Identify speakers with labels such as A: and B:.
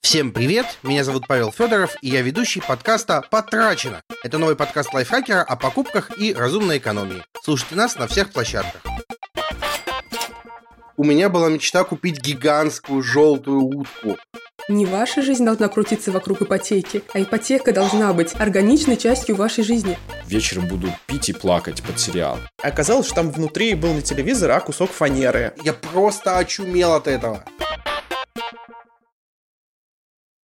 A: Всем привет, меня зовут Павел Федоров, и я ведущий подкаста «Потрачено». Это новый подкаст лайфхакера о покупках и разумной экономии. Слушайте нас на всех площадках. У меня была мечта купить гигантскую желтую утку.
B: Не ваша жизнь должна крутиться вокруг ипотеки, а ипотека должна быть органичной частью вашей жизни.
C: вечером буду пить и плакать под сериал.
D: Оказалось, что там внутри был не телевизор, а кусок фанеры.
A: Я просто очумел от этого.